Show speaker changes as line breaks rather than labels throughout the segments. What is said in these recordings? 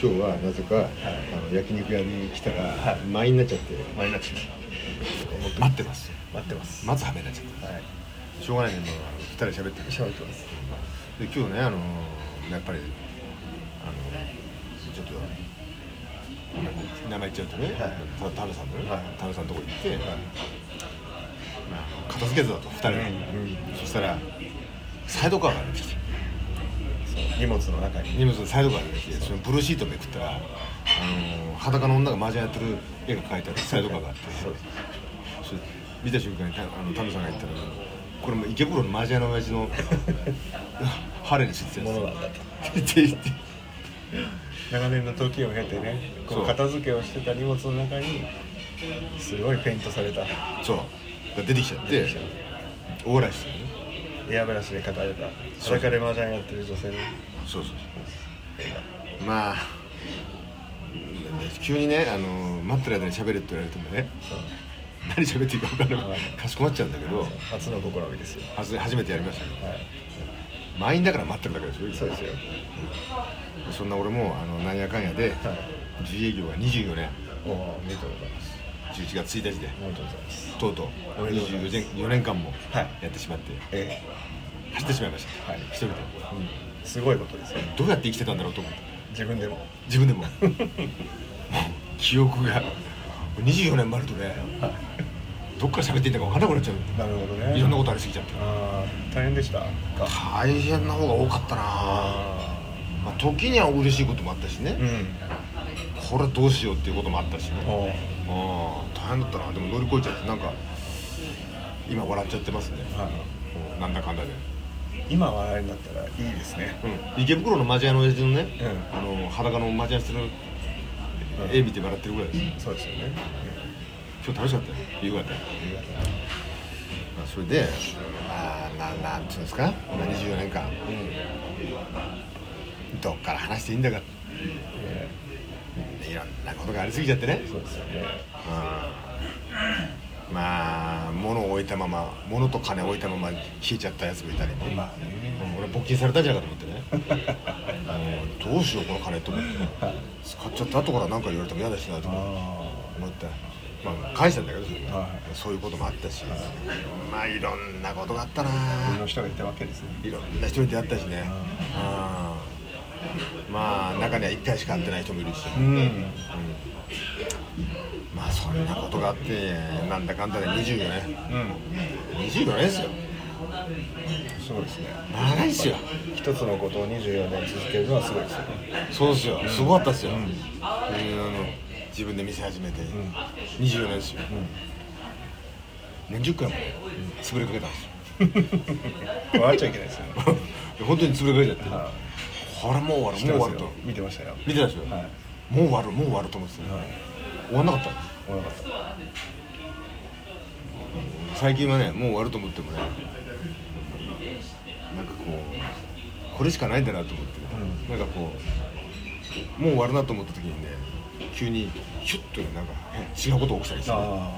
今日はなぜか、あの焼肉屋に来たら、満員になっちゃって
前になっちゃ った
待ってます
待ってます
待つはめになっちゃった
はい
しょうがないけど2人喋ってる
喋ってます
で今日ねあのーやっぱりあのちょっと名前言っちゃうとね、た田辺さんのね、
はい
田辺さんのとこ行って、まあ、片付けずだと2人で、そしたらサイドカーが出てきて
荷物の中に
荷物のサイドカーが出てきてそのブルーシートめくったら、あのー裸の女が麻雀やってる絵が描いてあるサイドカーがあって
そうです
それ見た瞬間にたあの田辺さんが言ったらこれも池袋の麻雀の親父のハレに知ってた
も
や
のなんだと
つって言って。
長年の時を経てねこ
そう
う片付けをしてた荷物の中にすごいペイントされた
そうだ出てきちゃって大笑いしてるね
エアブラシで語られた
そう
裸で麻雀やってる女性の
そうそうそうまあ急にねあの待ってる間に喋るって言われてもね
そう
何喋っていいか分からな
はい
いかしこまっちゃうんだけど
初の試みですよ
初初めてやりましたけ
はい
ど満員だから待ってるだけでしょ今
そうですよ
そんな俺もあのなんやかんやで
はい
自営業が24年
おおめでとうございます
11月1日で
おめでとうございます
とうとう
おめでとうござ
24
います
年4年間も
はい
やってしまって
え
走ってしまいました、
はい
一人です
ごいことですよ
どうやって生きてたんだろうと思って
自分でも
自分 でももう記憶が24年前とねどっから喋っていいんだか分かんなくなっちゃう
なるほどね
いろんなことありすぎちゃって
あー大変でしたか
大変な方が多かったな、
あ
まあ、時には嬉しいこともあったしね、
ーうん
これどうしようっていうこともあったしね、
おー
あー大変だったなでも乗り越えちゃってなんか今笑っちゃってますね、
あ
うんなんだかんだで、
今笑いになったらいいですね
うん、池袋のマジャの親父のね、
う
あの裸のマジャしてる
うん
絵見て笑ってるぐらいです、
そうですよね
今日楽しかったよ夕方
うんありが
まあ、それで、まあ、ななんていうんですか、まあ、24年間、
とううん
どっから話していいんだか、
え
いろんなことがありすぎちゃってね
ー、そうですよね
うんまあ、物を置いたまま、物と金を置いたまま消えちゃったやつがいたり、
まあね
うん俺、募金されたんじゃないかと思ってね、うんどうしよう、この金と思ってね、使っちゃった後から何か言われても嫌だしなと思って。
あ
思った、まあ、返したんだけどそれは
は
そういうこともあったし、まあいろんなことがあったな
あいの人がいたわけですね
いろんな人に出会ったしね、うんまあ中には1回しか会ってない人もいるし、
うん
まあそんなことがあってなんだかんだで24年
うん
24年ですよ
そうですね
長いっすよ
一つのことを24年続けるのはすごいですよね
そうですよすごかったっすよ、うんあの自分で店始めて24年ですよ、何十回も潰れかけたんですよ
笑っちゃいけないですよね
本当に潰れかけちゃってこれもう終わるもう
知って
終
ま
わ
す
ると
よ見てましたよ
見てたでしょ、
はい
もう終わるもう終わると思ってた、
はい
終わんなかったの
おもろかった
最近はねもう終わると思ってもねなんかこうこれしかないんだなと思って、なんかこうもう終わるなと思った時にね急にヒュッとねなんか違うことが起きたりして
ああ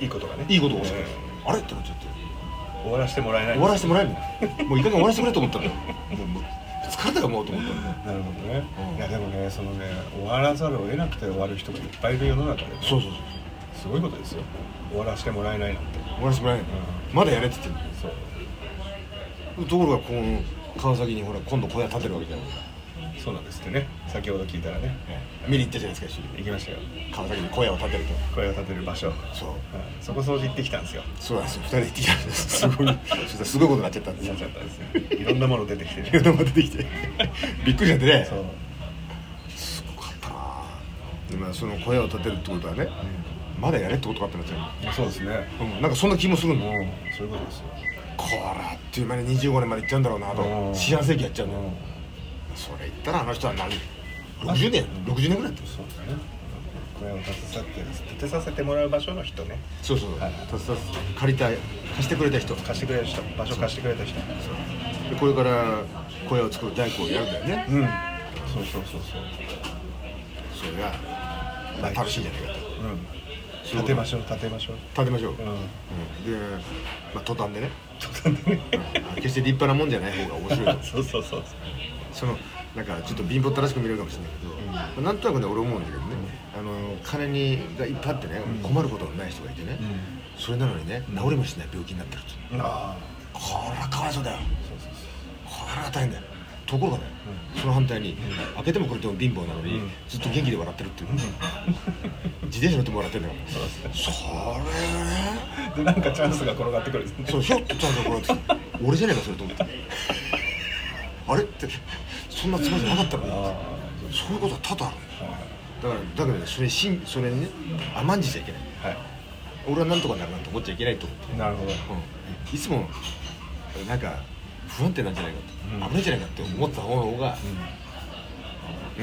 いいことがね
いいことが起きたり
え
して、あれってなっちゃって
ー終わらせてもらえない
終わらせてもらえるのもういい加減終わらせてくれと思ったのよもうもう疲れたかもうと思ったのね
なるほどね、
うん
いやでもねそのね終わらざるを得なくて終わる人がいっぱいいる世の中でね
そうそうそう
すごいことですよ終わらせてもらえないなんて
終わらせてもらえないの、まだやれって言ってるの
そう
ところがこの川崎にほら今度小屋建てるわけじゃないですか、
そうなんですってね先ほど聞いたらね
見に行ったじゃないですか一緒
行きましたよ
に川崎に小屋を建てると
声を立てる場所、はい、
そう
そこ掃除行ってきたんですよ
そうなんですよ二人で行ってきたんですすごいそしたらすごいことになっちゃったんです
な
よ
っちゃったんですねいろんなもの出てきて
いろ
ね
んなもの出てきて びっくりしちゃってね
そう
すごかったなぁでまあその小屋を建てるってことはね、まだやれってことかってなっちゃ
そうですね
う、うん、なんかそんな気もする
うん
の、
そういうことですよ
こらあっという間に25年まで行っちゃうんだろうなと
うん
四半世紀やっちゃう
う
のよ
ん
それ言ったらあの人は何60年60年ぐらいやってる
そうだね声を立てさって立てさせてもらう場所の人ね
そうそう、
はい
たた借りた貸してくれた人
貸してくれる人場所貸してくれた人
でこれから小屋を作る大工をやるんだよね、
うんそうそうそうそう
それが、まあ、楽しいんじゃないかと
うん立てましょう立てましょう
建てましょう、うん
う
で、まあ、途端でね途端でね決して立派なもんじゃない方が面白いと
んそうそうそう
そのなんかちょっと貧乏ったらしく見えるかもしれないけど、まあなんとなくね俺思うんだけどね、あの金にがいっぱいあってね困ることのない人がいてね、それなのにね治りもしない病気になってるっていう
あ
これはかわいそうだよこれは大変だよところがね、その反対に、開けてもこれても貧乏なのに、ずっと元気で笑ってるっていう、自転車乗っても笑ってるんだからそれがね
あでなんかチャンスが転がってくるんですね
そうひょっとちゃんとこうやって俺じゃねえかそれと思ってあれってそんなつもりじゃなかったのにそういうことは多々あるんだよだからだからねそれしんそれにね甘んじちゃいけない
はい
俺はなんとかなるなんて思っちゃいけないと思って、
なるほど
うん、いつもなんか不安定なんじゃないかって、危ないんじゃないかって思ってた方が、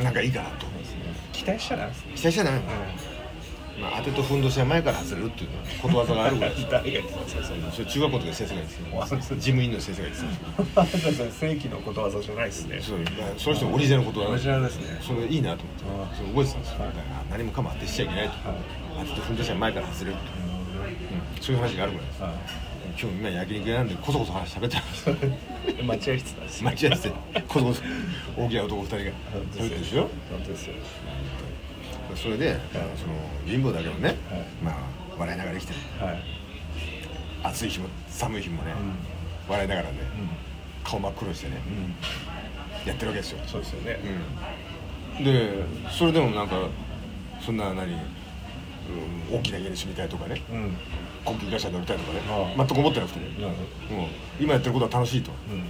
なんかいいかなと思うんですよ
期待しちゃダメですね
期待しちゃダメなの、まあ、当てとふんどしは前から外れるっていうことわざがあるぐらいです
誰が言ってたんです かそれ
それ中学校の時の先生が言って
あ
た
そう
事務員の先生が言ってたんですよ
あじゃあそれ正規のことわざじゃないですね
そうだからその人のオリジナルのことだ
オリジナルですね
それいいなと思っ
あ
て
あ
それ覚えてたんですよ
はい
だから何もかも当てしちゃいけないと
はい
当てとふんどしは前から外れるとそういう話があるぐらいです
は
今日今焼肉屋なんでこそこそ話しゃべってたん ですよ
い待合室なんですよ
待ち合わせでこそこそ大きな男二人が
本当
喋ってる
ですよ
でしょ
本当ですよ
それであのその貧乏だけどね
はい
まあ笑いながら生きてる
はい
暑い日も寒い日もね笑いながらね顔真っ黒にしてねやってるわけですよ
そうですよね
うんでそれでもなんかそんな何、うん、大きな家に住みたいとかね
うん
高級会社に乗りたいとかね
ああ
全く思ってなくてね、
なる
うん、今やってることは楽しいと、
ほどうん
うん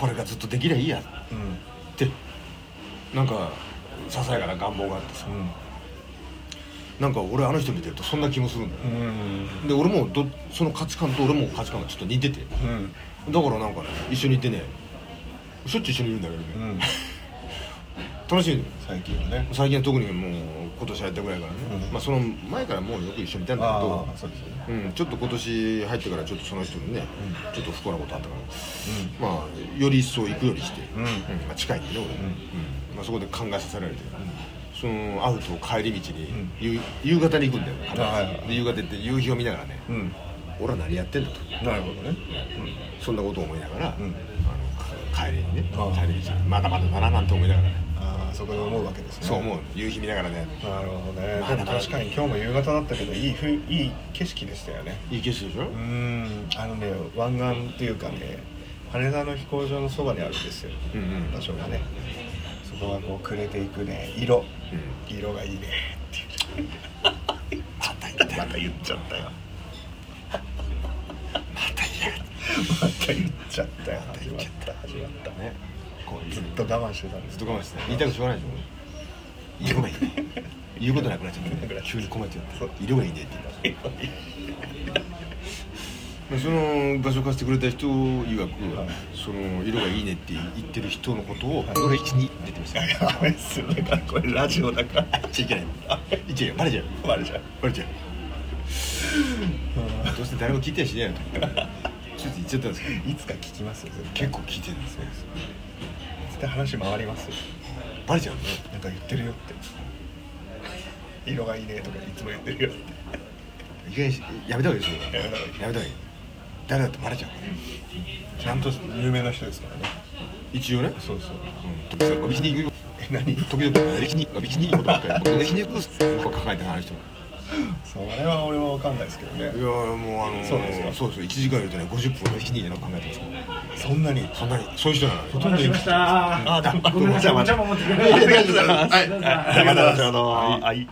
これがずっとできりゃいいやってなんかささやかな願望があってさ、なんか俺あの人見てるとそんな気もするんだよ
うんうん
で俺もどその価値観と俺も価値観がちょっと似ててだか
うん
らなんかね一緒にいてねしょっちゅう一緒にいるんだけどね、
うん
楽しいのよ
最近はね
最近は特にもう今年入ったぐらいからね、
うん
まあ、その前からもうよく一緒にいたんだけ
あ
ど
あそうですよね
うん、ちょっと今年入ってからちょっとその人にね、ちょっと不幸なことあったから、まあより一層行くよりして、
うん
まあ、近いんでね俺も、うんまあ、そこで考えさせられて、その会うと帰り道に、夕夕方に行くんだよ必ず
はいはいはい
で夕方行って夕日を見ながらね、
うん
俺は何やってんだと
なるほどね
そんなことを思いながら、
ん
あのか帰りにね
ああ
帰り道にまだまだだななんて思いながらね
ああそこで思うわけですね
そう思う夕日見ながらね
なるほどねでも確かに今日も夕方だったけどいいふいい景色でしたよね
いい景色でしょ、
うーんあのね湾岸っていうかね羽田の飛行場のそばにあるんですよ、
うんうん
場所がねそこはこう暮れていくね色、
う
色がいいねっていうまた言 ったまた言っちゃったよまた言っちゃったよ始まった始まった
ねこういう
ずっと我慢してたんです
ずっと我慢して言いたくてしょうがないでしょ色がいいね言うことなくなっちゃって
なくな
ね
っちゃった
急に困っちゃ
そ
っ
う
て色がいいねって言ったまあその場所貸してくれた人曰く、
はい
その色がいいねって言ってる人のことを
い
「俺一に」って言ってました言っ
ダメっすよねこれラジオだ から
ちゃいけない言っちゃいけないバレちゃうよ
バレちゃう
バレちゃうどうせ誰も聞いてやしねえやと思ってちょっと言っちゃったんですけど
いつか聞きますよ絶対
結構聞いてるんですね
絶対話回りますよ
バレちゃうね
なんか言ってるよって色がいいねとかいつも言ってるよって
意外にしやめた方がいいですよ
やめた方がいい
やめた方がいい誰だってバレちゃうから
ちゃんと有名な人ですからね
一応ね
そうそう
時々ビキニ行く
え
時
何
々ビキニビキニ行くことばっかり僕ビキニ行くことばっかり考えてない人
それは俺は分かんないですけど
い
ね
やもうあの
そうなんですか
そうですよ1時間いるとね50分はビキニでなんか考えてますから
そんなに
そんなにそういう人なのほ
お待たせしました。
あだ
ごめんなさい、お
ま
茶
た
も持ってくれ
はい
て。
はいまた後ほどはい